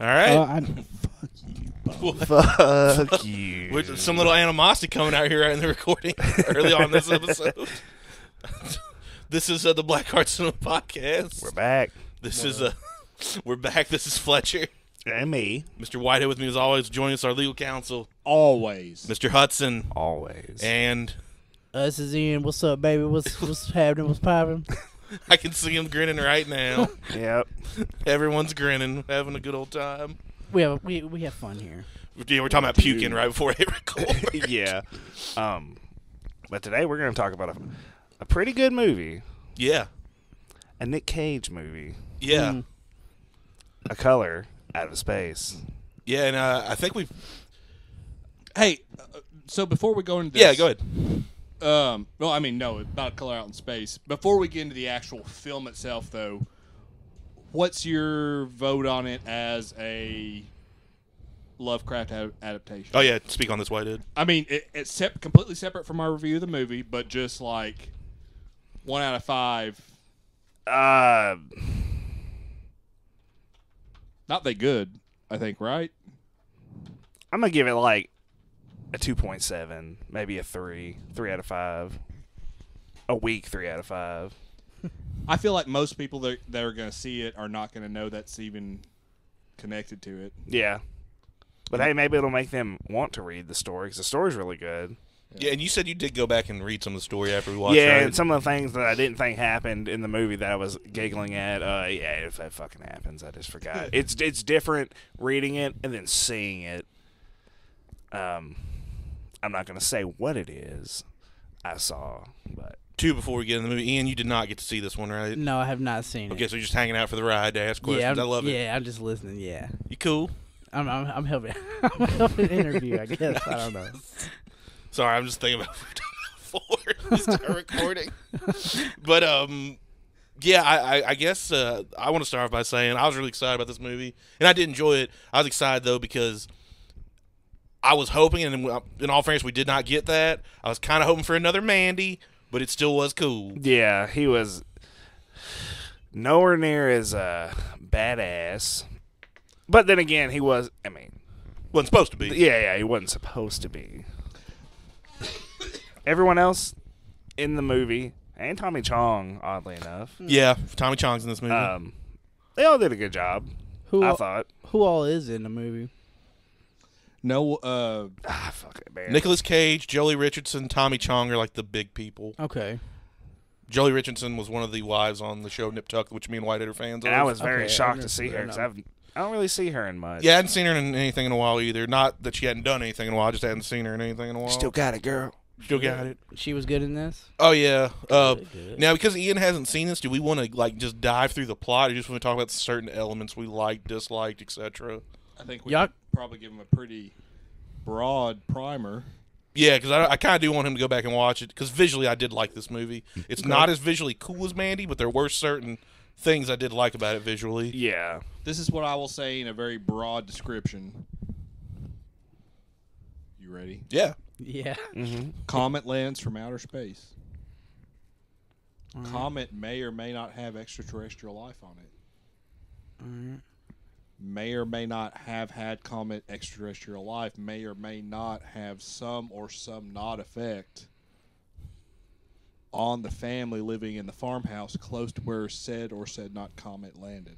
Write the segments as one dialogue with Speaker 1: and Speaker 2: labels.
Speaker 1: All right.
Speaker 2: Uh, I, fuck you.
Speaker 3: Fuck you.
Speaker 1: With some little animosity coming out here in the recording early on this episode. this is uh, the Black Heart Cinema Podcast.
Speaker 3: We're back.
Speaker 1: This is uh, we're back. This is Fletcher.
Speaker 3: And me.
Speaker 1: Mr. Whitehead with me as always. Joining us, our legal counsel,
Speaker 2: Always.
Speaker 1: Mr. Hudson,
Speaker 3: Always.
Speaker 1: and
Speaker 4: Us is in. What's up, baby? What's what's happening? What's popping?
Speaker 1: I can see him grinning right now.
Speaker 3: yep.
Speaker 1: Everyone's grinning, having a good old time.
Speaker 4: We have we we have fun here.
Speaker 1: Yeah, we're talking about puking right before I hit record.
Speaker 3: yeah. Um, but today we're going to talk about a, a pretty good movie,
Speaker 1: yeah,
Speaker 3: a Nick Cage movie,
Speaker 1: yeah,
Speaker 4: Mm.
Speaker 3: A Color Out of Space.
Speaker 1: yeah. And uh, I think we.
Speaker 5: Hey, uh, so before we go into this,
Speaker 1: Yeah, go ahead.
Speaker 5: Um, well, I mean, no, about color out in space. Before we get into the actual film itself, though, what's your vote on it as a Lovecraft ad- adaptation?
Speaker 1: Oh yeah, speak on this, Whitehead.
Speaker 5: I mean, it, it's sep- completely separate from our review of the movie, but just like one out of five,
Speaker 3: Uh,
Speaker 5: not that good. I think right.
Speaker 3: I'm going to give it like a 2.7, maybe a 3, 3 out of 5. A weak 3 out of 5.
Speaker 5: I feel like most people that that are going to see it are not going to know that's even connected to it.
Speaker 3: Yeah. But hey, maybe it'll make them want to read the story because the story's really good.
Speaker 1: Yeah, and you said you did go back and read some of the story after we watched.
Speaker 3: yeah,
Speaker 1: right?
Speaker 3: and some of the things that I didn't think happened in the movie that I was giggling at. Uh, yeah, if that fucking happens, I just forgot. it's it's different reading it and then seeing it. Um, I'm not gonna say what it is I saw, but
Speaker 1: two before we get in the movie. Ian, you did not get to see this one, right?
Speaker 4: No, I have not seen
Speaker 1: Okay,
Speaker 4: it.
Speaker 1: so you're just hanging out for the ride to ask
Speaker 4: yeah,
Speaker 1: questions.
Speaker 4: I'm,
Speaker 1: I love it.
Speaker 4: Yeah, I'm just listening. Yeah,
Speaker 1: You cool?
Speaker 4: I'm I'm, I'm helping. I'm helping interview. I guess I don't know.
Speaker 1: Sorry, I'm just thinking about what we're talking about before we start recording. But um, yeah, I I, I guess uh, I want to start off by saying I was really excited about this movie, and I did enjoy it. I was excited though because I was hoping, and in all fairness, we did not get that. I was kind of hoping for another Mandy, but it still was cool.
Speaker 3: yeah, he was nowhere near as uh, badass. But then again, he was. I mean,
Speaker 1: wasn't supposed to be.
Speaker 3: Yeah, yeah, he wasn't supposed to be. Everyone else in the movie, and Tommy Chong, oddly enough,
Speaker 1: Yeah, Tommy Chong's in this movie.
Speaker 3: um, they all did a good job.
Speaker 4: Mm-hmm. Who
Speaker 3: I
Speaker 4: all,
Speaker 3: thought,
Speaker 4: who all is in the movie?
Speaker 5: No, uh,
Speaker 3: ah, fuck it, man.
Speaker 1: Nicholas Cage, Jolie Richardson, Tommy Chong are like the big people.
Speaker 4: Okay,
Speaker 1: Jolie Richardson was one of the wives on the show Nip Tuck, which me and Whitehead are fans
Speaker 3: and
Speaker 1: of.
Speaker 3: I was very
Speaker 4: Okay,
Speaker 3: shocked
Speaker 4: I'm
Speaker 3: to see her
Speaker 4: fair
Speaker 3: because
Speaker 4: enough.
Speaker 3: I've I don't really see her in much.
Speaker 1: yeah, I hadn't seen her in anything in a while either. Not that she hadn't done anything in a while, I just hadn't seen her in anything in a while.
Speaker 3: still got it, girl.
Speaker 1: Still got it.
Speaker 4: she was good in this.
Speaker 1: Oh yeah. Uh, now because Ian hasn't seen this, do we want to like just dive through the plot, or just want to talk about certain elements we liked, disliked, etc.?
Speaker 5: I think we
Speaker 4: Y'all-
Speaker 5: could probably give him a pretty broad primer.
Speaker 1: Yeah, because I, I kind of do want him to go back and watch it because visually I did like this movie. It's not as visually cool as Mandy, but there were certain things I did like about it visually.
Speaker 3: Yeah,
Speaker 5: This is what I will say in a very broad description. You ready?
Speaker 1: Yeah. Mm.
Speaker 4: Yeah.
Speaker 5: Comet lands from outer space. Comet may or may not have extraterrestrial life on it. May or may not have had comet extraterrestrial life. May or may not have some or some not effect on the family living in the farmhouse close to where said or said not comet landed.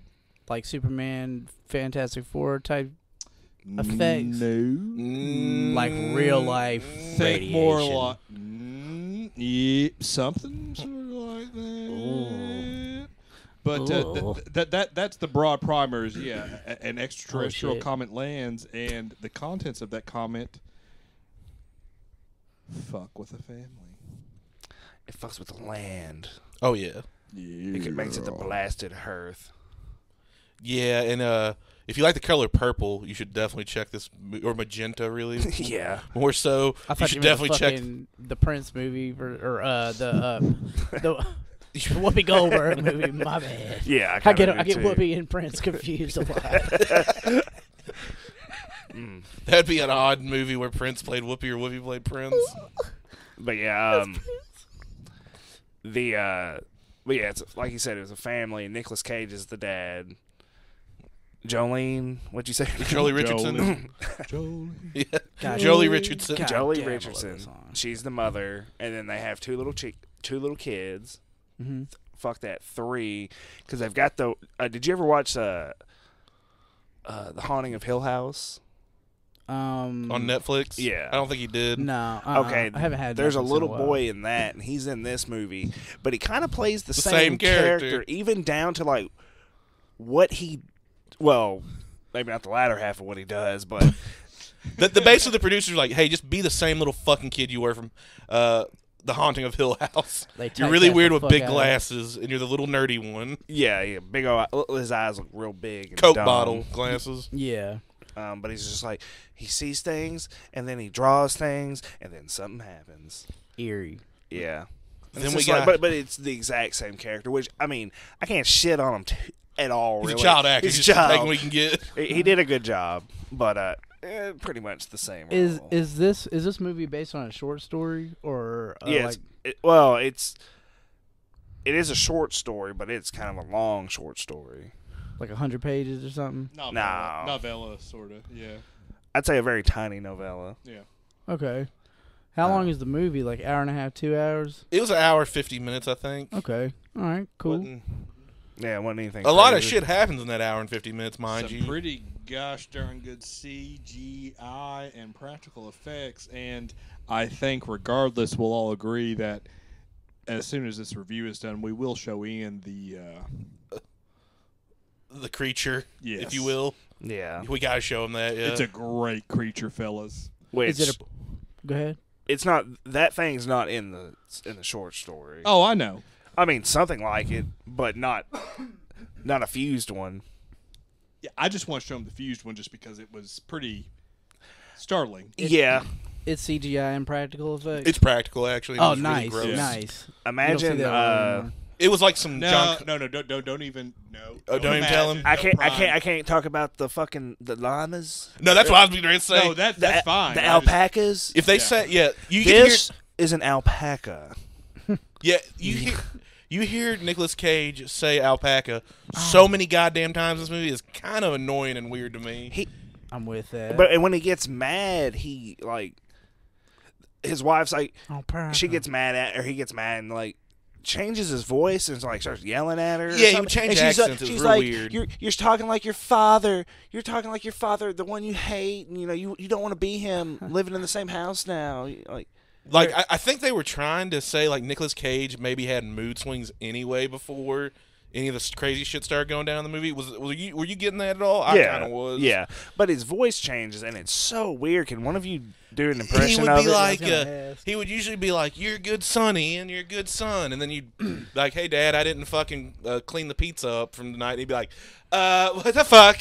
Speaker 4: Like Superman, Fantastic Four type, Effects.
Speaker 5: No.
Speaker 1: Mm.
Speaker 4: like real life
Speaker 5: Think
Speaker 4: radiation.
Speaker 5: more like mm, yeah, something sort of like that. But uh, th-
Speaker 4: Ooh.
Speaker 5: th- that that that's the broad primers. Yeah, A- an extraterrestrial
Speaker 4: Oh, shit.
Speaker 5: comet lands, and the contents of that comet fuck with the family.
Speaker 3: it fucks with the land.
Speaker 1: Oh yeah.
Speaker 3: It could- makes it the blasted hearth.
Speaker 1: Yeah, and uh, if you like the color purple, you should definitely check this, mo- or magenta, really.
Speaker 3: yeah,
Speaker 1: More so,
Speaker 4: I
Speaker 1: you
Speaker 4: thought
Speaker 1: should
Speaker 4: you,
Speaker 1: definitely
Speaker 4: meant the
Speaker 1: check.
Speaker 4: fucking the Prince movie or, or uh, the uh, the Whoopi Goldberg movie. My bad.
Speaker 3: yeah.
Speaker 4: I
Speaker 3: kinda
Speaker 4: get
Speaker 3: do
Speaker 4: I get
Speaker 3: too.
Speaker 4: Whoopi and Prince confused a lot.
Speaker 1: That'd be an odd movie where Prince played Whoopi or Whoopi played Prince.
Speaker 3: But yeah, um, the uh, but yeah, it's like you said, it was a family. Nicholas Cage is the dad. Jolene, what'd you say?
Speaker 1: Jolie Richardson.
Speaker 5: Jolene.
Speaker 1: Yeah.
Speaker 4: God.
Speaker 1: Jolie Richardson.
Speaker 4: God.
Speaker 3: Jolie
Speaker 4: damn, I love that
Speaker 3: Richardson.
Speaker 4: song.
Speaker 3: She's the mother, and then they have two little chick, two little kids.
Speaker 4: Mm-hmm.
Speaker 3: Fuck that three, because they've got the. Uh, did you ever watch uh, uh, the Haunting of Hill House?
Speaker 4: Um,
Speaker 1: on Netflix.
Speaker 3: Yeah.
Speaker 1: I don't think he did.
Speaker 4: No. uh-uh,
Speaker 3: okay,
Speaker 4: I haven't had.
Speaker 3: There's a
Speaker 4: Netflix in
Speaker 3: little
Speaker 4: while.
Speaker 3: boy in that, and he's in this movie, but he kind of plays the,
Speaker 1: The
Speaker 3: same,
Speaker 1: same
Speaker 3: character.
Speaker 1: character.
Speaker 3: even down to like what he. Well, maybe not the latter half of what he does, but
Speaker 1: The, the base of the producers were like, hey, just be the same little fucking kid you were from uh, The Haunting of Hill House.
Speaker 4: They
Speaker 1: You're
Speaker 4: typecast
Speaker 1: really
Speaker 4: the
Speaker 1: weird with
Speaker 4: fuck
Speaker 1: big
Speaker 4: out of it.
Speaker 1: glasses, and you're the little nerdy one.
Speaker 3: yeah, yeah big old, his eyes look real big. And
Speaker 1: Coke
Speaker 3: dumb.
Speaker 1: bottle glasses.
Speaker 4: Yeah.
Speaker 3: Um, but he's just like he sees things and then he draws things and then something happens.
Speaker 4: Eerie.
Speaker 3: Yeah.
Speaker 1: Then
Speaker 3: then
Speaker 1: we
Speaker 3: we
Speaker 1: got-
Speaker 3: but but it's the exact same character, which I mean I can't shit on him t- at all.
Speaker 1: He's
Speaker 3: Really,
Speaker 1: a child actor.
Speaker 3: He's a
Speaker 1: just take what
Speaker 3: child.
Speaker 1: we can get.
Speaker 3: He he did a good job, but uh, eh, pretty much the same.
Speaker 4: Is
Speaker 3: role.
Speaker 4: is this is this movie based on a short story or uh,
Speaker 3: yeah? it's-
Speaker 4: like
Speaker 3: it- well, it's it is a short story, but it's kind of a long short story.
Speaker 4: like a hundred pages or something?
Speaker 3: No.
Speaker 5: Novella, novella sort of. Yeah.
Speaker 3: I'd say a very tiny novella.
Speaker 5: Yeah.
Speaker 3: Uh,
Speaker 4: Okay. How long is the movie? Like hour and a half, two hours?
Speaker 1: It was an hour fifty minutes, I think.
Speaker 4: Okay. All right. Cool.
Speaker 1: Wasn't-
Speaker 3: Yeah, it wasn't anything.
Speaker 1: A lot of
Speaker 3: crazy.
Speaker 1: shit happens in that hour and fifty minutes, mind
Speaker 5: Some
Speaker 1: you.
Speaker 5: pretty gosh darn good CGI and practical effects, and I think regardless, we'll all agree that as soon as this review is done, we will show Ian the uh,
Speaker 1: the creature, if
Speaker 5: Yes.
Speaker 1: you will.
Speaker 3: Yeah,
Speaker 1: We gotta show him that. Yeah.
Speaker 5: It's a great creature, fellas.
Speaker 3: which
Speaker 4: Is it a? Go ahead.
Speaker 3: it's not that thing's not in the in the short story.
Speaker 5: Oh, I know.
Speaker 3: I mean something like it, but not not a fused one.
Speaker 5: Yeah, I just want to show him the fused one just because it was pretty startling.
Speaker 3: yeah,
Speaker 4: It's CGI and practical effects.
Speaker 1: It's practical actually. It
Speaker 4: oh,
Speaker 1: was really
Speaker 4: nice,
Speaker 1: gross.
Speaker 5: Yeah.
Speaker 4: nice.
Speaker 3: imagine.
Speaker 4: that
Speaker 3: Uh,
Speaker 4: one
Speaker 1: It was like some
Speaker 5: No,
Speaker 1: John.
Speaker 5: no, no, don't, don't, don't even. No.
Speaker 1: Oh, don't even tell him?
Speaker 5: imagine,
Speaker 3: I
Speaker 5: don't
Speaker 3: can't. I
Speaker 5: prime.
Speaker 3: can't. I can't talk about the fucking the llamas,
Speaker 1: No, that's what I was going to say.
Speaker 5: No, that,
Speaker 3: the,
Speaker 5: that's fine.
Speaker 3: the
Speaker 5: I just-
Speaker 3: alpacas.
Speaker 1: if they
Speaker 5: yeah.
Speaker 1: said, yeah, you get to hear
Speaker 3: this is an alpaca.
Speaker 1: Yeah, you hear you hear Nicolas Cage say alpaca
Speaker 3: Ah.
Speaker 1: so many goddamn times in this movie is kind of annoying and weird to me.
Speaker 3: He,
Speaker 4: I'm with that.
Speaker 3: but and when he gets mad, he like his wife's like
Speaker 4: Oh, practical.
Speaker 1: Uh-huh.
Speaker 3: she gets mad at or he gets mad and like changes his voice and like starts yelling at her. or
Speaker 1: Yeah, he
Speaker 3: something.
Speaker 1: would change
Speaker 3: and she's like,
Speaker 1: accents. It was
Speaker 3: she's
Speaker 1: real
Speaker 3: like,
Speaker 1: weird.
Speaker 3: You're you're talking like your father. You're talking like your father, the one you hate, and you know you you don't want to be him living in the same house now. You- Like
Speaker 1: Like I, I think they were trying to say like Nicolas Cage maybe had mood swings anyway before any of this crazy shit started going down in the movie. Was were you were you getting that at all? I kind of was.
Speaker 3: yeah. But his voice changes and it's so weird. Can one of you do an impression
Speaker 1: He would
Speaker 3: of
Speaker 1: be
Speaker 3: it?
Speaker 1: like,
Speaker 4: gonna
Speaker 1: uh,
Speaker 4: ask.
Speaker 1: he would usually be like, "You're a good son, Ian. You're a good son," and then you'd like, "Hey, Dad, I didn't fucking uh, clean the pizza up from tonight." And he'd be like, "Uh, what the fuck?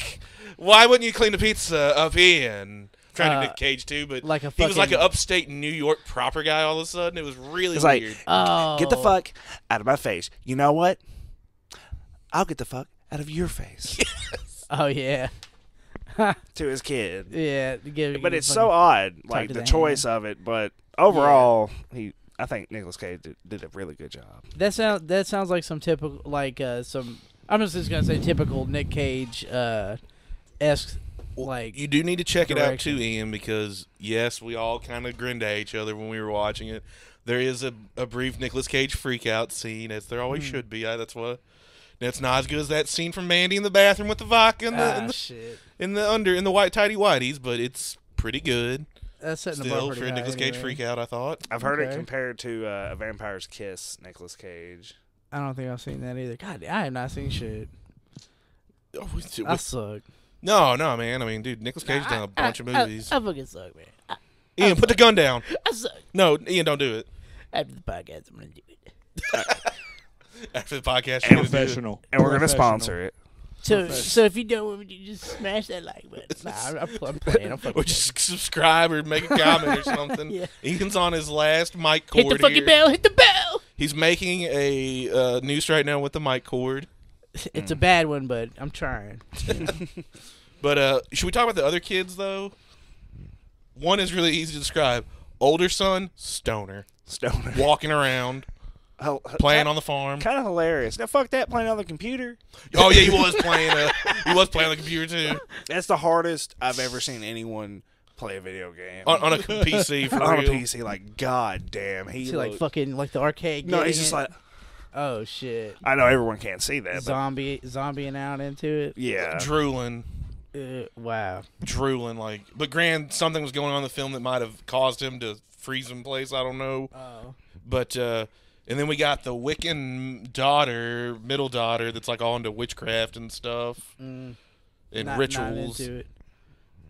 Speaker 1: Why wouldn't you clean the pizza up, Ian?" I'm trying
Speaker 4: Uh,
Speaker 1: to Nick Cage too, but
Speaker 4: like a
Speaker 1: he was like an
Speaker 4: fucking-
Speaker 1: upstate New York proper guy. All of a sudden, it was really
Speaker 3: It's like
Speaker 1: weird.
Speaker 4: Oh.
Speaker 3: get the fuck out of my face. You know what? I'll get the fuck out of your face
Speaker 4: Oh yeah,
Speaker 3: to his kid.
Speaker 4: yeah. Get,
Speaker 3: but it's so odd, like
Speaker 4: to
Speaker 3: the,
Speaker 4: the
Speaker 3: choice of it. But overall, he, I think Nicholas Cage did, did a really good job.
Speaker 4: That sounds that sounds like some typical like uh some I'm just, just gonna say typical Nick Cage uh esque like
Speaker 1: You do need to check it out
Speaker 4: direction.
Speaker 1: too, Ian, because yes, we all kind of grinned at each other when we were watching it. There is a, a brief Nicolas Cage freakout scene, as there always
Speaker 4: Hmm.
Speaker 1: should be. I, that's what. That's not as good as that scene from Mandy in the bathroom with the vodka and the,
Speaker 4: ah,
Speaker 1: and the,
Speaker 4: shit.
Speaker 1: and the under in the white tidy whities, but it's pretty good
Speaker 4: That's setting the bar
Speaker 1: still
Speaker 4: pretty
Speaker 1: for a
Speaker 4: high
Speaker 1: Nicolas Cage
Speaker 4: anyway.
Speaker 1: freakout. I thought.
Speaker 3: I've heard it
Speaker 4: Okay.
Speaker 3: compared to uh, A Vampire's Kiss, Nicholas Cage.
Speaker 4: I don't think I've seen that either. God, I have not seen shit.
Speaker 1: Oh, it's-
Speaker 4: I suck.
Speaker 1: No, no, man. I mean, dude, Nicolas Cage
Speaker 4: Ah,
Speaker 1: done a bunch of movies.
Speaker 4: I, fucking suck, man. I,
Speaker 1: Ian, put the gun down.
Speaker 4: I suck.
Speaker 1: No, Ian, don't do it.
Speaker 4: After the podcast, I'm gonna do it.
Speaker 1: After the podcast, you're gonna do it.
Speaker 5: Professional.
Speaker 3: And we're going to
Speaker 5: Professional.
Speaker 3: sponsor it.
Speaker 4: So, so if you don't want me to, just smash that like button. Nah, I'm, I'm pl- I'm playing. I'm fucking.
Speaker 1: Or just subscribe or make a comment or something.
Speaker 4: Yeah.
Speaker 1: Ethan's on his last mic cord.
Speaker 4: playing. Hit the fucking
Speaker 1: here.
Speaker 4: bell. Hit the bell.
Speaker 1: He's making a uh, noose right now with the mic cord. Mm.
Speaker 4: It's a bad one, but I'm trying.
Speaker 1: But uh, should we talk about the other kids though? One is really easy to describe. Older son, stoner,
Speaker 3: Stoner.
Speaker 1: walking around. playing on the farm.
Speaker 3: Kind of hilarious. Now fuck that playing on the computer.
Speaker 1: Oh yeah, he was playing. Uh, he was playing on the computer too
Speaker 3: That's the hardest I've ever seen anyone play a video game
Speaker 1: on, on a PC for
Speaker 3: on a
Speaker 1: real.
Speaker 3: PC. Like god damn, he
Speaker 4: See, like
Speaker 3: looked-
Speaker 4: fucking like the arcade.
Speaker 3: No, he's
Speaker 4: getting
Speaker 3: just
Speaker 4: it.
Speaker 3: like
Speaker 4: oh shit,
Speaker 3: I know everyone can't see that, but
Speaker 4: zombie zombieing out into
Speaker 3: yeah,
Speaker 1: Drooling,
Speaker 4: it. Uh, wow,
Speaker 1: drooling like. But grand something was going on in the film that might have caused him to freeze in place. I don't know.
Speaker 4: oh,
Speaker 1: But uh and then we got the Wiccan daughter, middle daughter, that's like all into witchcraft and stuff
Speaker 4: mm,
Speaker 1: and
Speaker 4: not, not
Speaker 1: rituals.
Speaker 4: into it.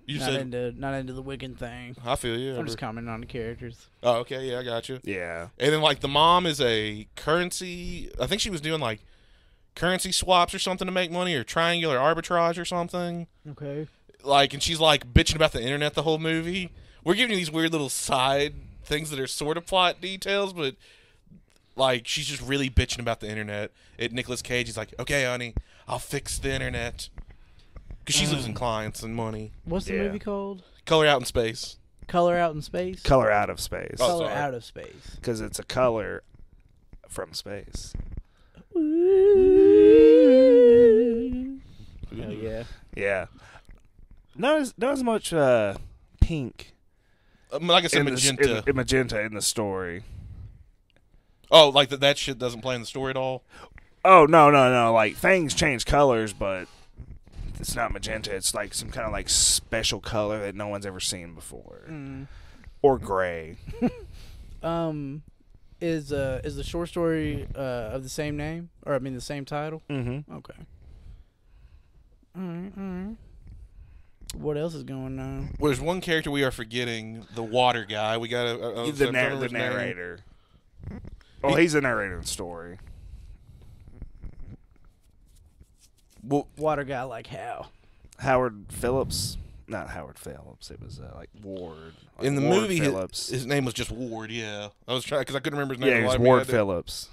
Speaker 1: you
Speaker 4: not
Speaker 1: said,
Speaker 4: into not into the Wiccan thing.
Speaker 1: I feel you.
Speaker 4: I'm just commenting on the characters.
Speaker 1: oh, okay, yeah, I got you.
Speaker 3: yeah.
Speaker 1: And then like the mom is a currency. I think she was doing like currency swaps or something to make money or triangular arbitrage or something.
Speaker 4: Okay.
Speaker 1: Like, and she's like bitching about the internet the whole movie. We're giving you these weird little side things that are sort of plot details, but like she's just really bitching about the internet. At Nicolas Cage, he's like, "Okay, honey, I'll fix the internet," because
Speaker 3: Hmm.
Speaker 1: she's losing clients and money.
Speaker 4: What's the
Speaker 3: Yeah.
Speaker 4: movie called?
Speaker 1: Color out in space.
Speaker 4: Color out in space.
Speaker 3: Color out of space
Speaker 1: Oh.
Speaker 4: Color
Speaker 1: sorry.
Speaker 4: out of space.
Speaker 3: because it's a color from space.
Speaker 4: Oh yeah.
Speaker 3: Yeah, not as not as much uh, pink
Speaker 1: Um, like I said,
Speaker 3: in the s- in-
Speaker 1: magenta.
Speaker 3: in magenta in the story.
Speaker 1: oh, like that. That shit doesn't play in the story at all.
Speaker 3: Oh no no no! Like things change colors, but it's not magenta. It's like some kind of like special color that no one's ever seen before,
Speaker 4: Mm.
Speaker 3: or gray.
Speaker 4: Um, is uh is the short story uh of the same name or I mean the same title?
Speaker 3: Mm-hmm.
Speaker 4: Okay. All right. All right. What else is going on?
Speaker 1: Well, there's one character we are forgetting, the water guy. We uh, got a, a, a
Speaker 3: the,
Speaker 1: I'm trying to
Speaker 3: nar-
Speaker 1: remember
Speaker 3: the
Speaker 1: his name.
Speaker 3: narrator. Well, he's the narrator in the story.
Speaker 1: Well,
Speaker 4: Water guy like how?
Speaker 3: Howard Phillips, not Howard Phillips. It was uh, like Ward. Like
Speaker 1: in the
Speaker 3: Ward
Speaker 1: movie, his,
Speaker 3: Phillips.
Speaker 1: his name was just Ward. Yeah, I was trying because I couldn't remember his name.
Speaker 3: yeah, it was
Speaker 1: Like, we
Speaker 3: Ward
Speaker 1: had to-
Speaker 3: Phillips.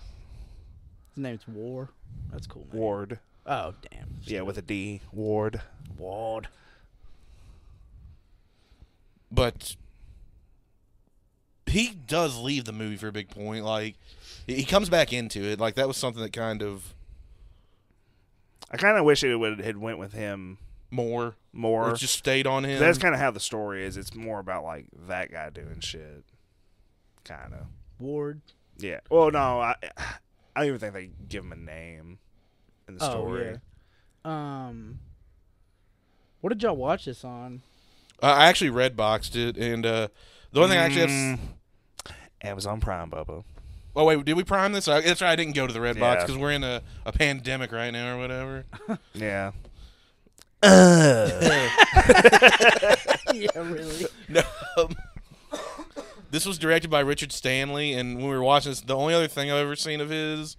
Speaker 4: His name's War. That's a cool. Name.
Speaker 3: Ward.
Speaker 4: Oh damn.
Speaker 3: Yeah, with a D. Ward.
Speaker 4: Ward.
Speaker 1: But he does leave the movie for a big point. Like he he comes back into it. Like that was something that kind of
Speaker 3: I kind of wish it would had went with him
Speaker 1: more
Speaker 3: more.
Speaker 1: or just stayed on him.
Speaker 3: That's kind of how the story is. It's more about like that guy doing shit. Kind of.
Speaker 4: Ward.
Speaker 3: Yeah. Well, no, I. I don't even think they give him a name in the
Speaker 4: Oh,
Speaker 3: story.
Speaker 4: yeah. Um. What did y'all watch this on?
Speaker 1: I actually red boxed it, and uh, the one thing I actually have. s-
Speaker 3: Mm. Amazon Prime, Bubba.
Speaker 1: Oh wait, did we prime this? I- That's right. I didn't go to the red box
Speaker 3: Yeah.
Speaker 1: because we're in a, a pandemic right now or whatever.
Speaker 3: Yeah.
Speaker 4: yeah, really.
Speaker 1: No. um, this was directed by Richard Stanley, and when we were watching this, the only other thing I've ever seen of his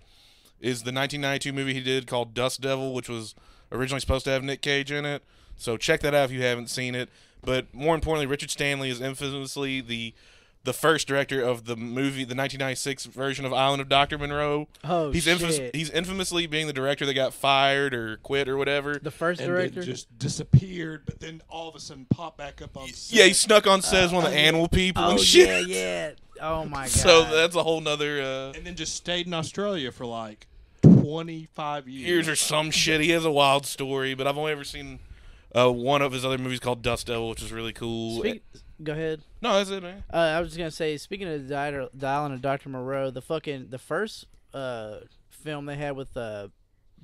Speaker 1: is the 1992 movie he did called Dust Devil, which was originally supposed to have Nick Cage in it. So check that out if you haven't seen it. But more importantly, Richard Stanley is infamously the the first director of the movie, the 1996 version of Island of Dr. Monroe.
Speaker 4: Oh
Speaker 1: he's
Speaker 4: shit.
Speaker 1: infamous, he's infamously being the director that got fired or quit or whatever.
Speaker 4: the first
Speaker 5: and then
Speaker 4: director.
Speaker 5: just disappeared, but then all of a sudden popped back up on.
Speaker 1: yeah, he
Speaker 5: set.
Speaker 1: snuck on set as one of the animal people
Speaker 4: oh
Speaker 1: and shit.
Speaker 4: yeah, yeah. Oh my god.
Speaker 1: So that's a whole nother uh,
Speaker 5: and then just stayed in Australia for like twenty five years.
Speaker 1: years or some shit. He has a wild story, but I've only ever seen uh, one of his other movies called Dust Devil, which is really cool.
Speaker 4: Speak- go ahead.
Speaker 1: no, that's it, man.
Speaker 4: Uh, I was just gonna say, speaking of dialer, dialing of Dr. Moreau, the fucking the first uh, film they had with uh,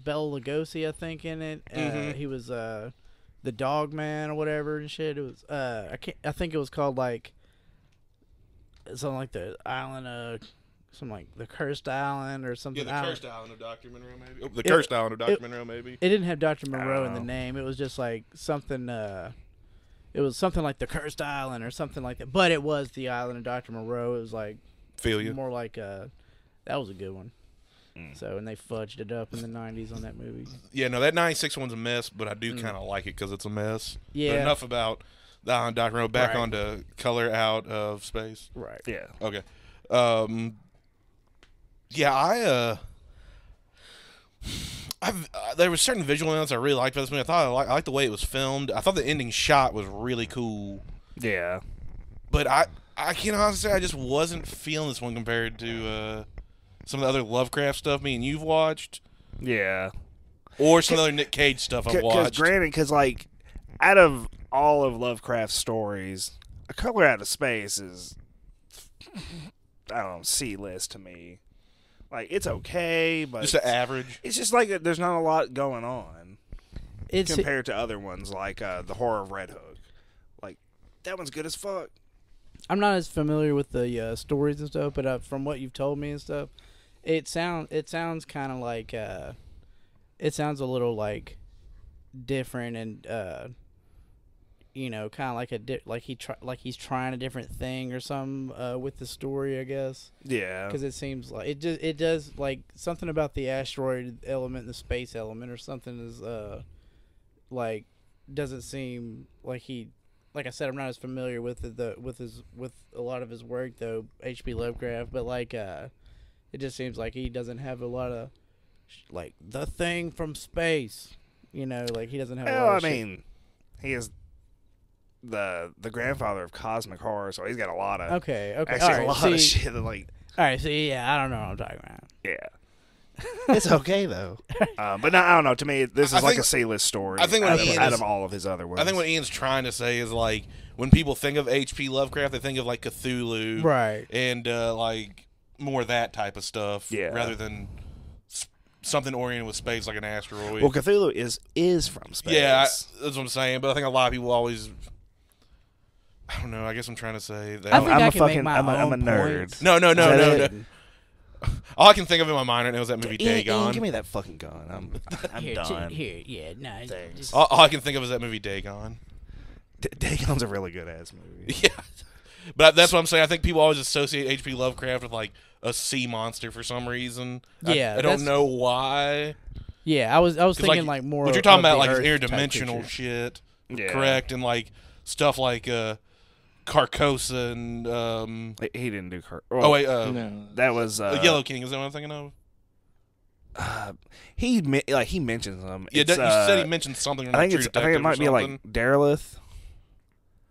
Speaker 4: Bela Lugosi, I think, in it. Uh,
Speaker 1: Mhm.
Speaker 4: He was uh, the Dog Man or whatever and shit. It was uh, I can't, I think it was called like something like the Island of some like the Cursed Island or something. I don't-
Speaker 1: Island of Doctor Monroe, maybe. Oh, the
Speaker 4: It- Cursed
Speaker 1: Island of
Speaker 4: Dr. it-
Speaker 1: Monroe, maybe.
Speaker 4: It didn't have Dr. Moreau in the
Speaker 3: Oh.
Speaker 4: name. It was just like something. Uh, it was something like the Cursed Island or something like that. But it was the Island of Dr. Moreau. It was like.
Speaker 1: Feel you.
Speaker 4: More like uh that was a good one. So and they fudged it up in the '90s on that movie.
Speaker 1: Yeah, no, that '96 one's a mess, but I do kind of like it because it's a mess. But
Speaker 4: Mm. Yeah.
Speaker 1: enough about the Island of Doctor Monroe. Back
Speaker 4: Right.
Speaker 1: onto Color Out of Space.
Speaker 4: Right.
Speaker 3: Yeah.
Speaker 1: Okay. Um. Yeah, I uh. I've, uh, there was certain visual elements I really liked about this movie. I thought I liked, I liked the way it was filmed. I thought the ending shot was really cool,
Speaker 3: Yeah.
Speaker 1: but I I can honestly say I just wasn't feeling this one compared to uh, some of the other Lovecraft stuff me and you've watched,
Speaker 3: Yeah.
Speaker 1: or some other Nick Cage stuff I've
Speaker 3: Because
Speaker 1: watched.
Speaker 3: granted, because like out of all of Lovecraft's stories, A Color Out of Space is I don't know C list to me. Like it's okay, but
Speaker 1: Just the average.
Speaker 3: it's just like there's not a lot going on
Speaker 4: It's
Speaker 3: compared to other ones like uh, the Horror of Red Hook. Like that one's good as fuck.
Speaker 4: I'm not as familiar with the uh, stories and stuff, but uh, from what you've told me and stuff, it sound it sounds kind of like uh, it sounds a little like different and uh, you know, kind of like a di- like he try- like he's trying a different thing or something uh, with the story, I guess,
Speaker 3: Yeah,
Speaker 4: because it seems like it just it does like something about the asteroid element, the space element, or something is uh like doesn't seem like he like I said, I'm not as familiar with the, the with his with a lot of his work though, H.P. Lovecraft, but like uh it just seems like he doesn't have a lot of sh- like the thing from space, you know, like he doesn't have. a
Speaker 3: Well,
Speaker 4: lot
Speaker 3: I
Speaker 4: of shit.
Speaker 3: mean, he is the the grandfather of cosmic horror, so he's got a lot of
Speaker 4: okay, okay, all
Speaker 3: actually
Speaker 4: right,
Speaker 3: a lot
Speaker 4: see,
Speaker 3: of shit that like
Speaker 4: all right, see, yeah, I don't know what I'm talking about.
Speaker 3: Yeah. it's okay though. Uh, but no, I don't know. To me, this
Speaker 1: I
Speaker 3: is like
Speaker 1: think-
Speaker 3: a C-list story.
Speaker 1: I think what
Speaker 3: out, of,
Speaker 1: Ian
Speaker 3: out
Speaker 1: is-
Speaker 3: of all of his other ones.
Speaker 1: I think what Ian's trying to say is like when people think of H.P. Lovecraft, they think of like Cthulhu,
Speaker 4: Right.
Speaker 1: and uh, like more that type of stuff,
Speaker 3: Yeah.
Speaker 1: rather than s- something oriented with space like an asteroid.
Speaker 3: well, Cthulhu is is from space.
Speaker 1: yeah, I, that's what I'm saying. But I think a lot of people always, I don't know. I guess I'm trying to say that.
Speaker 4: I think
Speaker 3: I'm
Speaker 4: I
Speaker 3: a
Speaker 4: can
Speaker 3: fucking-
Speaker 4: make my
Speaker 3: I'm a- I'm a
Speaker 4: own
Speaker 3: nerd.
Speaker 4: points.
Speaker 1: no, no, no,
Speaker 3: Is
Speaker 1: no,
Speaker 3: that
Speaker 1: no.
Speaker 3: it?
Speaker 1: All I can think of in my mind right now is that movie
Speaker 3: Ian, Ian,
Speaker 1: Dagon.
Speaker 3: give me that fucking gun. I'm I'm
Speaker 4: here, t-
Speaker 3: done.
Speaker 4: here, yeah, no,
Speaker 3: Thanks.
Speaker 4: just-
Speaker 1: all, all I can think of is that movie Dagon.
Speaker 3: D- Dagon's a really good ass movie.
Speaker 1: Yeah. But that's what I'm saying. I think people always associate H.P. Lovecraft with like a sea monster for some reason. I-
Speaker 4: Yeah,
Speaker 1: I,
Speaker 4: that's-
Speaker 1: don't know why.
Speaker 4: yeah, I was I was
Speaker 1: 'Cause,
Speaker 4: thinking like, more.
Speaker 1: What you're talking
Speaker 4: of
Speaker 1: about, like
Speaker 4: the
Speaker 1: is
Speaker 4: Earth type
Speaker 1: interdimensional
Speaker 4: creature.
Speaker 1: shit,
Speaker 3: Yeah.
Speaker 1: correct? And like stuff like uh, Carcosa and um,
Speaker 3: He- He didn't do her.
Speaker 1: oh wait, uh,
Speaker 5: No.
Speaker 3: that was uh,
Speaker 1: the Yellow King. Is that what I'm thinking of?
Speaker 3: Uh, he me- like he mentions them.
Speaker 1: Yeah,
Speaker 3: It's,
Speaker 1: that- you
Speaker 3: uh,
Speaker 1: said he mentioned something. in
Speaker 3: I think
Speaker 1: True
Speaker 3: it's. I think
Speaker 1: Detective
Speaker 3: it
Speaker 1: or
Speaker 3: might be like
Speaker 1: something.
Speaker 3: Derelith,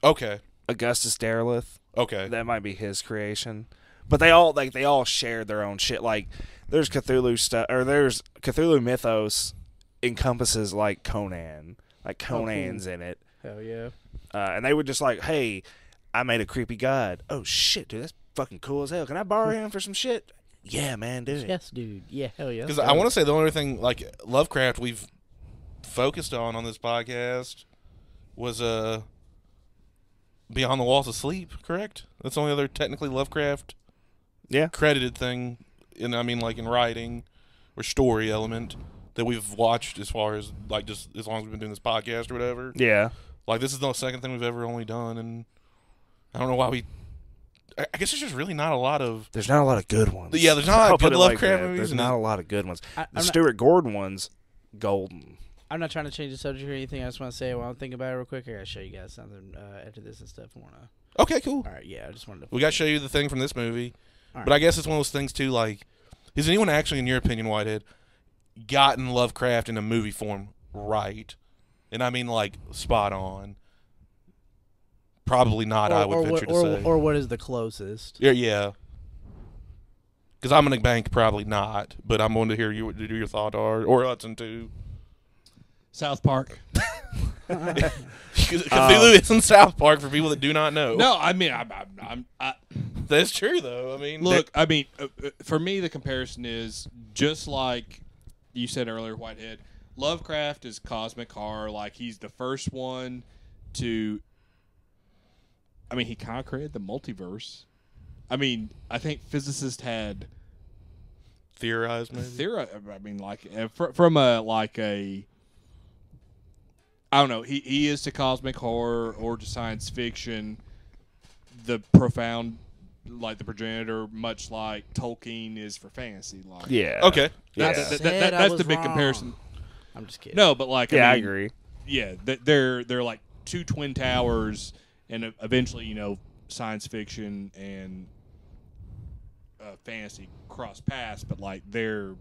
Speaker 1: okay,
Speaker 3: Augustus Derelith.
Speaker 1: okay,
Speaker 3: that might be his creation. But they all like they all share their own shit. Like there's Cthulhu stuff or there's Cthulhu mythos encompasses like Conan. Like Conan's in it.
Speaker 4: Hell yeah.
Speaker 3: Uh, and they were just like, Hey, I made a creepy god. Oh shit, dude, that's fucking cool as hell. Can I borrow him for some shit? Yeah, man, do it.
Speaker 4: Yes, dude. Yeah, hell yeah.
Speaker 1: because I want to say the only thing like Lovecraft we've focused on on this podcast was uh Beyond the Walls of Sleep, correct? That's the only other technically Lovecraft
Speaker 3: Yeah.
Speaker 1: credited thing, and I mean like in writing or story element that we've watched as far as like just as long as we've been doing this podcast or whatever.
Speaker 3: Yeah.
Speaker 1: Like this is the second thing we've ever only done, and I don't know why we. I I guess there's just really not a lot of
Speaker 3: There's not a lot of good ones.
Speaker 1: Yeah, there's not a lot of
Speaker 3: I'll put
Speaker 1: good
Speaker 3: it like
Speaker 1: Lovecraft
Speaker 3: that.
Speaker 1: movies
Speaker 3: There's
Speaker 1: and
Speaker 3: not
Speaker 1: there's-
Speaker 3: a lot of good ones. The
Speaker 4: I- I'm not-
Speaker 3: Stuart Gordon one's golden.
Speaker 4: I'm not trying to change the subject or anything. I just want to say while I'm thinking about it real quick, I gotta show you guys something uh, after this and stuff. I wanna.
Speaker 1: okay, cool.
Speaker 4: All right, yeah, I just wanted to.
Speaker 1: We got to show you the thing from this movie.
Speaker 4: All
Speaker 1: But I guess it's one of those things too. Like, has anyone actually, in your opinion, Whitehead, gotten Lovecraft in a movie form right? And I mean, like, spot on. Probably not. I would
Speaker 4: or,
Speaker 1: venture
Speaker 4: what,
Speaker 1: to
Speaker 4: or,
Speaker 1: say.
Speaker 4: or what is the closest?
Speaker 1: yeah, yeah. Because I'm gonna bank probably not, but I'm going to hear you what your thought are, or Hudson too.
Speaker 5: South Park.
Speaker 1: Cthulhu is in South Park for people that do not know.
Speaker 5: No, I mean, I'm, I'm, I'm, I,
Speaker 1: that's true though. I mean,
Speaker 5: look, I mean, uh, uh, for me, the comparison is just like you said earlier, Whitehead. Lovecraft is cosmic horror. Like he's the first one to. I mean, he kind of created the multiverse. I mean, I think physicists had
Speaker 1: theorized maybe.
Speaker 5: theory. I mean, like uh, fr- from a like a. I don't know. He he is to cosmic horror or to science fiction, the profound, like the progenitor, much like Tolkien is for fantasy. Like
Speaker 3: Yeah.
Speaker 1: okay.
Speaker 5: That-
Speaker 3: Yeah.
Speaker 5: that- that-
Speaker 4: Said I
Speaker 5: that's
Speaker 4: was
Speaker 5: the big
Speaker 4: wrong.
Speaker 5: comparison.
Speaker 4: I'm just kidding.
Speaker 5: No, but like
Speaker 3: Yeah, I
Speaker 5: mean,
Speaker 3: agree.
Speaker 5: Yeah, th- they're they're like two twin towers, and e- eventually you know science fiction and uh, fantasy cross paths, but like they're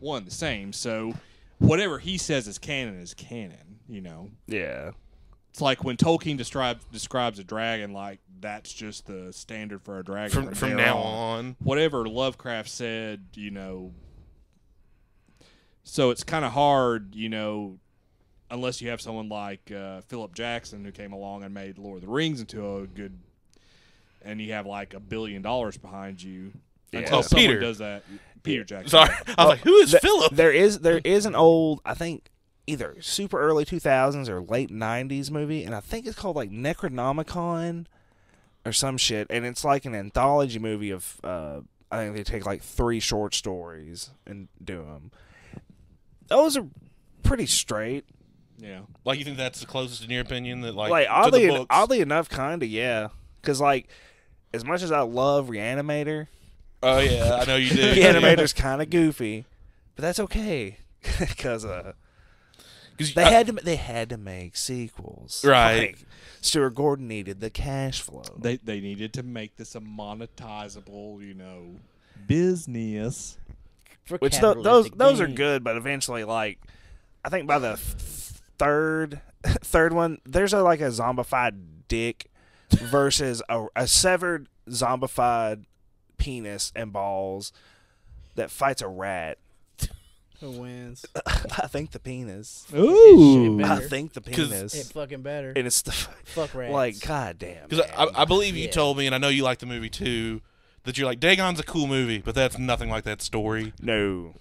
Speaker 5: one the same. So whatever he says is canon is canon. You know,
Speaker 3: Yeah.
Speaker 5: it's like when Tolkien describes describes a dragon, like that's just the standard for a dragon
Speaker 1: from from
Speaker 5: there
Speaker 1: now on.
Speaker 5: Whatever Lovecraft said, you know. So it's kind of hard, you know, unless you have someone like uh, Philip Jackson who came along and made Lord of the Rings into a good, and you have like a billion dollars behind you.
Speaker 3: Yeah.
Speaker 5: Until
Speaker 1: Oh,
Speaker 5: someone
Speaker 1: Peter.
Speaker 5: does that, Peter Jackson.
Speaker 1: Sorry, I was like, who is
Speaker 3: Th-
Speaker 1: Philip?
Speaker 3: There is there is an old I think either super early two thousands or late nineties movie, and I think it's called like Necronomicon or some shit, and it's like an anthology movie of uh, I think they take like three short stories and do them. Those are pretty straight.
Speaker 5: Yeah.
Speaker 1: Like you think that's the closest in your opinion that like,
Speaker 3: Like,
Speaker 1: to the
Speaker 3: oddly
Speaker 1: books?
Speaker 3: oddly enough, kinda yeah, because like. As much as I love Reanimator,
Speaker 1: oh yeah, I know you do.
Speaker 3: Reanimator's kind of goofy, but that's okay because uh,
Speaker 1: 'Cause you-
Speaker 3: They
Speaker 1: I-
Speaker 3: had to. They had to make sequels,
Speaker 1: Uh, Right.
Speaker 3: Like, Stuart Gordon needed the cash flow.
Speaker 5: They they needed to make this a monetizable, you know, business.
Speaker 4: For
Speaker 3: which tho- those
Speaker 4: capitalistic
Speaker 3: those are
Speaker 4: beings.
Speaker 3: good, but eventually, like, I think by the th- third third one, there's a like a zombified dick versus a, a severed zombified penis and balls that fights a rat.
Speaker 4: Who wins?
Speaker 3: I think the penis.
Speaker 4: Ooh.
Speaker 3: I
Speaker 4: Better.
Speaker 3: think the
Speaker 1: 'Cause
Speaker 4: It
Speaker 3: penis.
Speaker 4: fucking better.
Speaker 3: And it's the
Speaker 4: Fuck rats.
Speaker 3: like, goddamn.
Speaker 1: Because I, I believe you
Speaker 4: Yeah.
Speaker 1: told me, and I know you like the movie too, that you're like Dagon's a cool movie, but that's nothing like that story.
Speaker 3: No.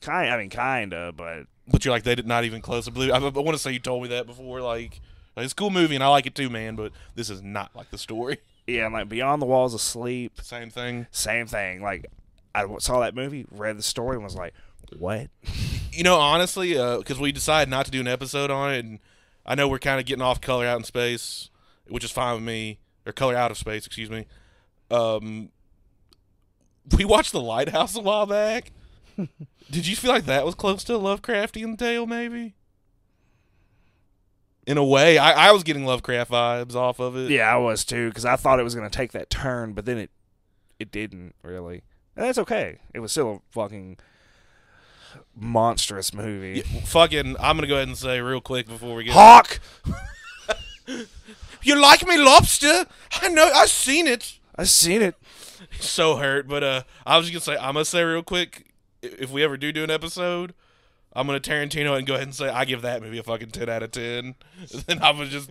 Speaker 3: Kind, I mean, kinda, but
Speaker 1: But you're like they did not even close. I believe I, I want to say you told me that before. Like, like, it's a cool movie, and I like it too, man. But this is not like the story.
Speaker 3: yeah, and, like Beyond the Walls of Sleep,
Speaker 1: Same thing.
Speaker 3: same thing. Like, I w- saw that movie, read the story, and was like, "What?"
Speaker 1: You know, honestly, because we decided not to do an episode on it, and I know we're kind of getting off color out in space, which is fine with me, or color out of space, excuse me. Um, we watched The Lighthouse a while back. Did you feel like that was close to a Lovecraftian tale, maybe? In a way, I, I was getting Lovecraft vibes off of it.
Speaker 3: Yeah, I was too, because I thought it was gonna take that turn, but then it, it didn't really. And that's okay. It was still a fucking monstrous movie.
Speaker 1: Yeah, Fucking, I'm gonna go ahead and say real quick before we get
Speaker 3: Hawk,
Speaker 1: You like me, lobster? I know, I've seen it.
Speaker 3: I seen it.
Speaker 1: so hurt. But uh, I was just gonna say, I'm gonna say real quick, i- if we ever do do an episode, I'm gonna Tarantino it and go ahead and say I give that movie a fucking ten out of ten. And I was just,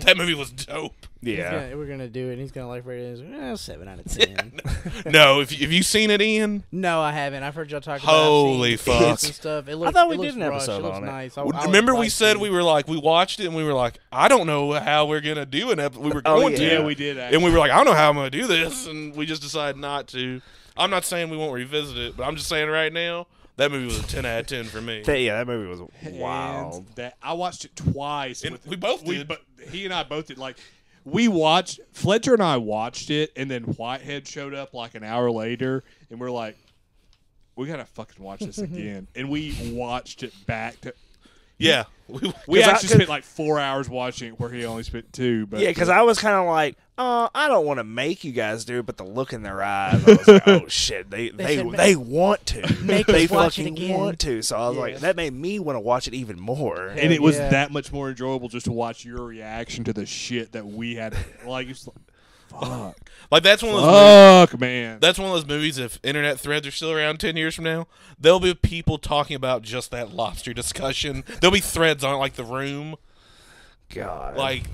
Speaker 1: that movie was dope.
Speaker 4: He's
Speaker 3: Yeah,
Speaker 4: gonna- we're gonna do it. and He's gonna like rate it. as, eh, seven out of ten.
Speaker 1: No, if you, have you seen it, Ian?
Speaker 4: No, I haven't. I've heard y'all talk about.
Speaker 1: Holy
Speaker 4: I've seen clips
Speaker 1: fuck.
Speaker 4: And stuff. It looks,
Speaker 3: thought we
Speaker 4: it
Speaker 3: did
Speaker 4: looks
Speaker 3: an
Speaker 4: rushed,
Speaker 3: episode
Speaker 4: it looks
Speaker 3: on it.
Speaker 4: nice. I- I would
Speaker 1: Remember we
Speaker 4: like
Speaker 1: said
Speaker 4: to-
Speaker 1: we were like we watched it and we were like I don't know how we're gonna do an episode. We were
Speaker 3: Oh,
Speaker 1: going
Speaker 3: yeah.
Speaker 1: to,
Speaker 5: Yeah, we did. Actually.
Speaker 1: and we were like I don't know how I'm gonna do this, and we just decided not to. I'm not saying we won't revisit it, but I'm just saying right now that movie was a ten out of ten for me.
Speaker 3: that, yeah, that movie was wild.
Speaker 5: And That I watched it twice.
Speaker 1: And
Speaker 5: with-
Speaker 1: we both did.
Speaker 5: bo- he and I both did. Like we watched Fletcher and I watched it, and then Whitehead showed up like an hour later, and we're like, we gotta fucking watch this again. and we watched it back to.
Speaker 1: Yeah, we,
Speaker 5: We
Speaker 3: 'Cause I-
Speaker 5: actually
Speaker 3: 'cause-
Speaker 5: spent like four hours watching it, where he only spent two. But
Speaker 3: Yeah, because I was kind of like, oh, I don't want to make you guys do it, but the look in their eyes, I was like, oh shit, they they
Speaker 4: said,
Speaker 3: they want to,
Speaker 4: make
Speaker 3: they
Speaker 4: us watch it
Speaker 3: fucking
Speaker 4: again.
Speaker 3: want to. So I was like, that made me want to watch it even more.
Speaker 5: and it was
Speaker 4: Yeah.
Speaker 5: that much more enjoyable just to watch your reaction to the shit that we had. Like, it's like fuck,
Speaker 1: like that's one of those. movies-
Speaker 5: fuck, man.
Speaker 1: That's one of those movies. If internet threads are still around ten years from now, there'll be people talking about just that lobster discussion. There'll be threads on it, like the room.
Speaker 3: God,
Speaker 1: Like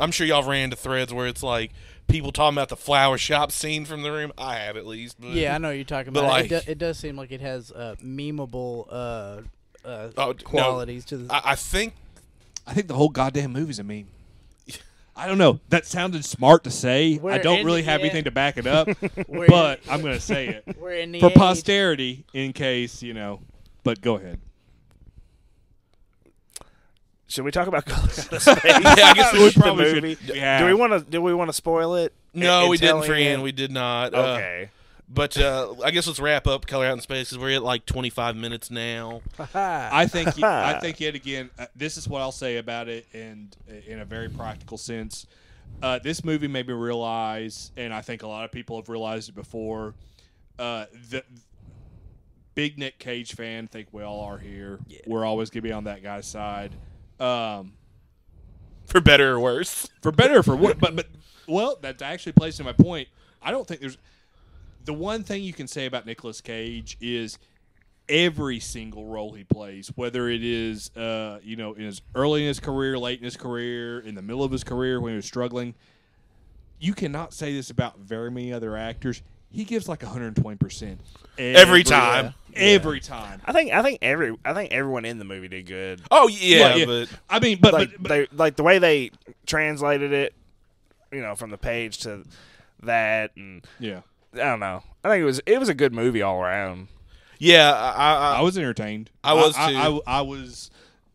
Speaker 1: I'm sure y'all ran to threads where it's like people talking about the flower shop scene from the room. I have at least. But,
Speaker 4: Yeah, I know what you're talking
Speaker 1: But
Speaker 4: about. it,
Speaker 1: like-
Speaker 4: do, it does seem like it has uh, memeable uh, uh,
Speaker 1: Oh, d- no.
Speaker 4: qualities to the.
Speaker 1: I, I think
Speaker 5: I think the whole goddamn movie's a meme. I don't know. That sounded smart to say. I
Speaker 4: We're
Speaker 5: don't
Speaker 4: in
Speaker 5: really
Speaker 4: the
Speaker 5: have
Speaker 4: end.
Speaker 5: anything to back it up,
Speaker 4: We're
Speaker 5: but I'm going to say it
Speaker 4: we're in the
Speaker 5: for
Speaker 4: age-
Speaker 5: posterity in case, you know. But go ahead.
Speaker 3: should we talk about Color Out of Space?
Speaker 1: Yeah, I guess we
Speaker 3: The
Speaker 1: should- probably should.
Speaker 3: movie?
Speaker 5: Yeah.
Speaker 3: Do we want to? Do we want to spoil it?
Speaker 1: no,
Speaker 3: In-
Speaker 1: we
Speaker 3: in
Speaker 1: didn't,
Speaker 3: telling
Speaker 1: for
Speaker 3: it?
Speaker 1: Ian. We did not. Uh,
Speaker 3: okay.
Speaker 1: but uh, I guess let's wrap up Color Out in Space because we're at like 25 minutes now.
Speaker 4: Ha.
Speaker 5: I think I think yet again uh, this is what I'll say about it and uh, in a very practical sense uh, this movie made me realize and I think a lot of people have realized it before uh, the big Nick Cage fan think we all are here we're always gonna be on that guy's side um,
Speaker 1: for better or worse.
Speaker 5: for better or for worse. But but well, that actually plays to my point. I don't think there's the one thing you can say about Nicolas Cage is every single role he plays, whether it is uh, you know in his early in his career, late in his career, in the middle of his career when he was struggling. You cannot say this about very many other actors. He gives like 120 percent
Speaker 1: Every time.
Speaker 5: Every time.
Speaker 3: I think I think every I think everyone in the movie did good.
Speaker 1: Oh yeah,
Speaker 5: Like, yeah.
Speaker 1: but
Speaker 5: I mean, but,
Speaker 3: like
Speaker 5: but, but
Speaker 3: they like the way they translated it, you know, from the page to that, and
Speaker 5: yeah,
Speaker 3: I don't know. I think it was it was a good movie all around.
Speaker 1: yeah, I,
Speaker 5: I
Speaker 1: I,
Speaker 5: was entertained.
Speaker 1: I was
Speaker 5: I,
Speaker 1: too.
Speaker 5: I- I was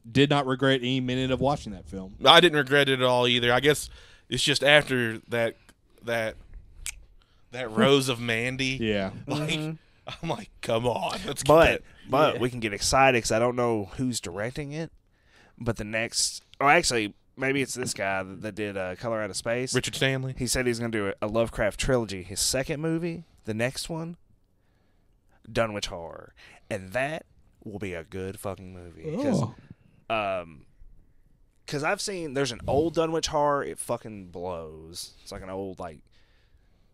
Speaker 5: did not regret any minute of watching that film.
Speaker 1: I didn't regret it at all either. I guess it's just after that that that Rose of Mandy.
Speaker 5: Yeah.
Speaker 1: Like I'm like, come on, let's get
Speaker 3: But
Speaker 1: that-
Speaker 3: but we can get excited because I don't know who's directing it. But the next, oh, actually, maybe it's this guy that, that did uh, Color Out of Space.
Speaker 1: Richard Stanley.
Speaker 3: He said he's going to do a, a Lovecraft trilogy. His second movie, the next one, Dunwich Horror, and that will be a good fucking movie. 'Cause,
Speaker 5: Oh.
Speaker 3: um, because I've seen there's an old Dunwich Horror. It fucking blows. It's like an old like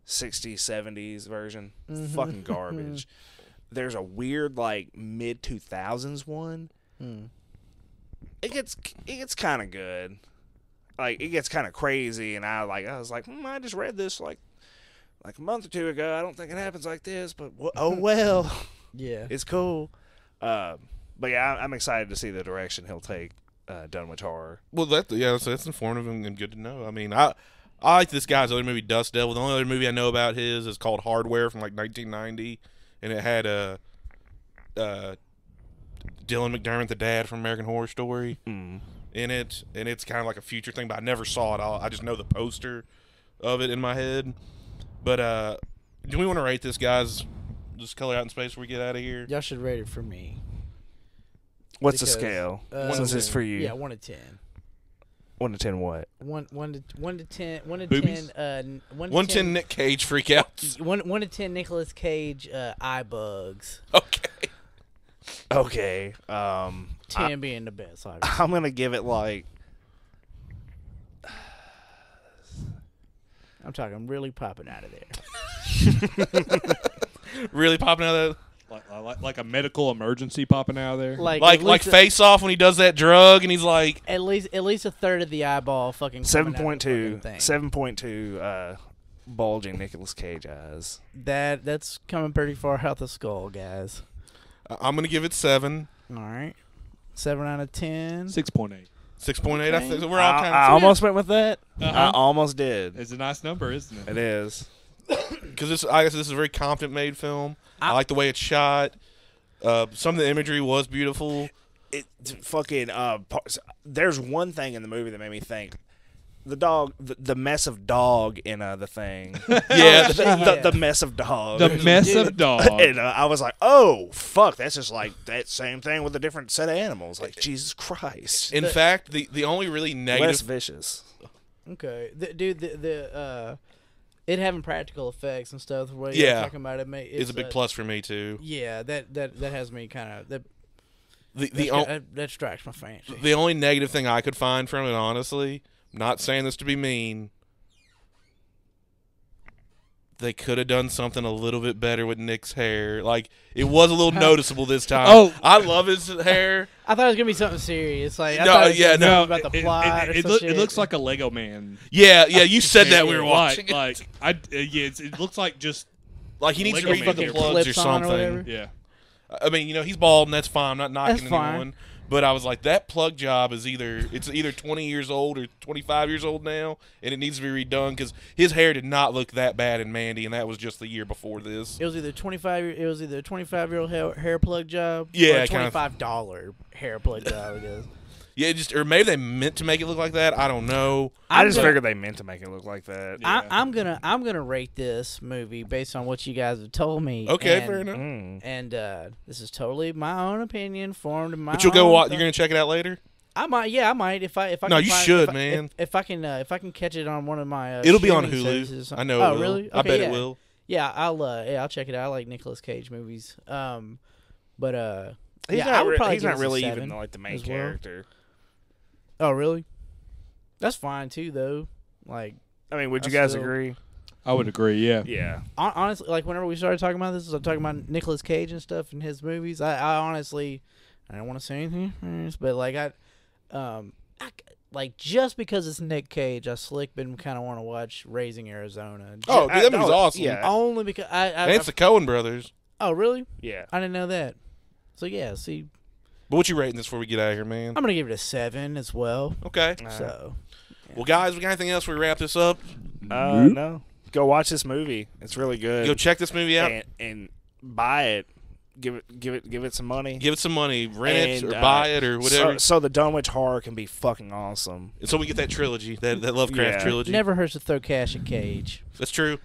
Speaker 3: 60s, 70s version. Fucking garbage. There's a weird like mid 2000s one. It gets it gets kind of good. Like it gets kind of crazy, and I like I was like hmm, I just read this like like a month or two ago. I don't think it happens like this, but w- oh well.
Speaker 4: Yeah.
Speaker 3: It's cool. Um, but yeah, I- I'm excited to see the direction he'll take uh, Dunwich Horror.
Speaker 1: Well, that yeah, that's, that's informative and, and good to know. I mean, I I like this guy's other movie, Dust Devil. The only other movie I know about his is called Hardware from like 1990, and it had uh, uh, Dylan McDermott, the dad from American Horror Story,
Speaker 3: Mm.
Speaker 1: in it, and it's kind of like a future thing. But I never saw it. I'll, I just know the poster of it in my head. But uh, do we want to rate this guy's just color out in space? Before we get out of here.
Speaker 4: Y'all should rate it for me.
Speaker 3: What's
Speaker 4: Because,
Speaker 3: the scale?
Speaker 4: uh,
Speaker 3: Since it's for you,
Speaker 4: Yeah, one to ten.
Speaker 3: one to ten. What?
Speaker 4: One one to one to ten. One to ten.
Speaker 5: Boobies?
Speaker 4: Uh, n- one to
Speaker 1: One
Speaker 4: ten.
Speaker 1: ten Nick Cage freakouts.
Speaker 4: one one to ten. Nicolas Cage uh, eye bugs.
Speaker 1: Okay.
Speaker 3: Okay. Um,
Speaker 4: Ten being the best. obviously.
Speaker 3: I'm gonna give it like
Speaker 4: I'm talking really popping out of there.
Speaker 1: Really popping out of that.
Speaker 5: Like, like, like a medical emergency popping out of there.
Speaker 4: Like
Speaker 1: like
Speaker 4: at
Speaker 1: like
Speaker 4: least a-
Speaker 1: face off when he does that drug and he's like
Speaker 4: At least at least a third of the eyeball fucking.
Speaker 3: seven
Speaker 4: coming out of
Speaker 3: point
Speaker 4: the
Speaker 3: two.
Speaker 4: fucking thing.
Speaker 3: Seven point two. Uh, bulging Nicolas Cage eyes.
Speaker 4: That that's coming pretty far out the skull, guys.
Speaker 1: "I- i'm gonna give it seven
Speaker 4: All right. Seven out of ten.
Speaker 5: 6.8.
Speaker 1: 6.8 i think we're all
Speaker 3: I,
Speaker 1: kind
Speaker 3: I
Speaker 1: of
Speaker 3: almost went with that. I
Speaker 5: Uh-huh.
Speaker 3: almost did.
Speaker 5: It's a nice number, isn't
Speaker 3: It
Speaker 5: it?
Speaker 3: is.
Speaker 1: because this i guess this is a very competent made film i, like the way it's shot uh, some of the imagery was beautiful
Speaker 3: it t- fucking uh par- s- there's one thing in the movie that made me think the dog the, the mess of dog in uh the thing
Speaker 1: yeah
Speaker 3: the, the, the mess of dog
Speaker 5: The mess of dog.
Speaker 3: and uh, I was like, "Oh fuck, that's just like that same thing with a different set of animals." Like Jesus Christ,
Speaker 1: in fact the, the only really
Speaker 3: less
Speaker 1: negative
Speaker 3: vicious.
Speaker 4: Okay, the, dude, the, the uh, it having practical effects and stuff. The way
Speaker 1: Yeah.
Speaker 4: you're talking about it, mate,
Speaker 1: is a big
Speaker 4: uh,
Speaker 1: plus for me too
Speaker 4: Yeah, that that that has me kind of that
Speaker 1: the,
Speaker 4: the
Speaker 1: the, on,
Speaker 4: that, that strikes my fancy.
Speaker 1: the only negative thing i could find from it honestly not saying this to be mean they could have done something a little bit better with Nick's hair. Like it was a little noticeable this time.
Speaker 5: Oh.
Speaker 1: I love his hair.
Speaker 4: I thought it was gonna be something serious. Like I
Speaker 1: No,
Speaker 4: thought it was
Speaker 1: yeah,
Speaker 4: gonna be
Speaker 1: no,
Speaker 4: something about the
Speaker 5: it-
Speaker 4: plot.
Speaker 5: It,
Speaker 4: or
Speaker 5: it,
Speaker 4: some
Speaker 5: look-
Speaker 4: shit.
Speaker 5: it looks like a Lego man.
Speaker 1: Yeah, yeah, you said that we were
Speaker 5: Like-
Speaker 1: watching. Like,
Speaker 5: Like, I, uh, yeah, it's, it looks like just,
Speaker 1: he needs to
Speaker 5: Lego
Speaker 1: redo
Speaker 5: Man.
Speaker 1: the plugs or
Speaker 4: Clips on or
Speaker 1: something.
Speaker 4: whatever.
Speaker 5: yeah.
Speaker 1: I mean, you know, he's bald and that's fine. I'm not knocking
Speaker 4: That's fine.
Speaker 1: anyone. But I was like, that plug job is either it's either 20 years old or 25 years old now, and it needs to be redone because his hair did not look that bad in Mandy, and that was just the year before this.
Speaker 4: It was either twenty five. It was either a twenty five year old hair, hair plug job.
Speaker 1: Yeah,
Speaker 4: or a
Speaker 1: kind
Speaker 4: twenty
Speaker 1: of.
Speaker 4: five dollar hair plug job. I guess.
Speaker 1: Yeah, it just or maybe they meant to make it look like that. I don't know.
Speaker 3: I
Speaker 4: I'm
Speaker 3: just
Speaker 4: gonna-
Speaker 3: figured they meant to make it look like that.
Speaker 4: I, I'm gonna I'm gonna rate this movie based on what you guys have told me.
Speaker 1: Okay,
Speaker 4: and,
Speaker 1: fair enough.
Speaker 3: Mm.
Speaker 4: And uh, this is totally my own opinion, formed in my.
Speaker 1: But you'll go
Speaker 4: own
Speaker 1: watch.
Speaker 4: thing.
Speaker 1: You're gonna check it out later.
Speaker 4: I might. Yeah, I might. If I if I
Speaker 1: No,
Speaker 4: can
Speaker 1: you
Speaker 4: find- if
Speaker 1: should,
Speaker 4: I- if-
Speaker 1: man.
Speaker 4: If, I can uh, if I can catch it on one of my. Uh,
Speaker 1: It'll be on
Speaker 4: streaming
Speaker 1: Hulu.
Speaker 4: services or
Speaker 1: I
Speaker 4: something.
Speaker 1: know. it
Speaker 4: Oh,
Speaker 1: will.
Speaker 4: really?
Speaker 1: I
Speaker 4: Okay,
Speaker 1: bet
Speaker 4: yeah.
Speaker 1: it will.
Speaker 4: Yeah, I'll uh, yeah, I'll check it out. I like Nicolas Cage movies. Um, but uh,
Speaker 3: He's
Speaker 4: yeah, I
Speaker 3: not.
Speaker 4: would
Speaker 3: re-
Speaker 4: probably
Speaker 3: he's
Speaker 4: give
Speaker 3: not
Speaker 4: this a
Speaker 3: really even
Speaker 4: seven
Speaker 3: like the main
Speaker 4: as well.
Speaker 3: character.
Speaker 4: Oh, really? That's fine too, though. Like
Speaker 3: I mean, would you
Speaker 4: I
Speaker 3: guys
Speaker 4: still-
Speaker 3: agree?
Speaker 5: I would agree. Yeah.
Speaker 3: Yeah.
Speaker 4: hon- honestly, like whenever we started talking about this, I'm talking about Nicolas Cage and stuff and his movies. I, I honestly, I don't want to say anything, first, but like I, um, I c- like just because it's Nick Cage, I slick been kind of want to watch Raising Arizona. Ju-
Speaker 1: Oh, dude, that
Speaker 3: I-
Speaker 1: movie's
Speaker 3: no,
Speaker 1: awesome.
Speaker 3: yeah.
Speaker 4: only because I, I,
Speaker 1: And
Speaker 4: I
Speaker 1: it's the Cohen brothers.
Speaker 4: oh really?
Speaker 3: Yeah.
Speaker 4: I didn't know that. So yeah, see,
Speaker 1: But what you rating this before we get out of here, man?
Speaker 4: I'm gonna give it a seven as well.
Speaker 1: Okay.
Speaker 4: So
Speaker 1: Well, guys, we got anything else? We wrap this up.
Speaker 3: Uh, no. Go watch this movie. It's really good.
Speaker 1: Go check this movie out.
Speaker 3: and, and buy it. Give it. Give it. Give it some money.
Speaker 1: Give it some money, rent
Speaker 3: And,
Speaker 1: it or
Speaker 3: uh,
Speaker 1: buy it or whatever,
Speaker 3: So, so the Dunwich horror can be fucking awesome.
Speaker 1: And so we get that trilogy, that, that Lovecraft
Speaker 3: Yeah.
Speaker 1: trilogy.
Speaker 4: never hurts to throw cash at Cage.
Speaker 1: That's true.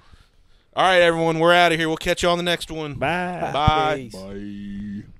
Speaker 1: All right, everyone, we're out of here. We'll catch you on the next one.
Speaker 3: Bye.
Speaker 1: Bye.
Speaker 4: Peace.
Speaker 5: Bye.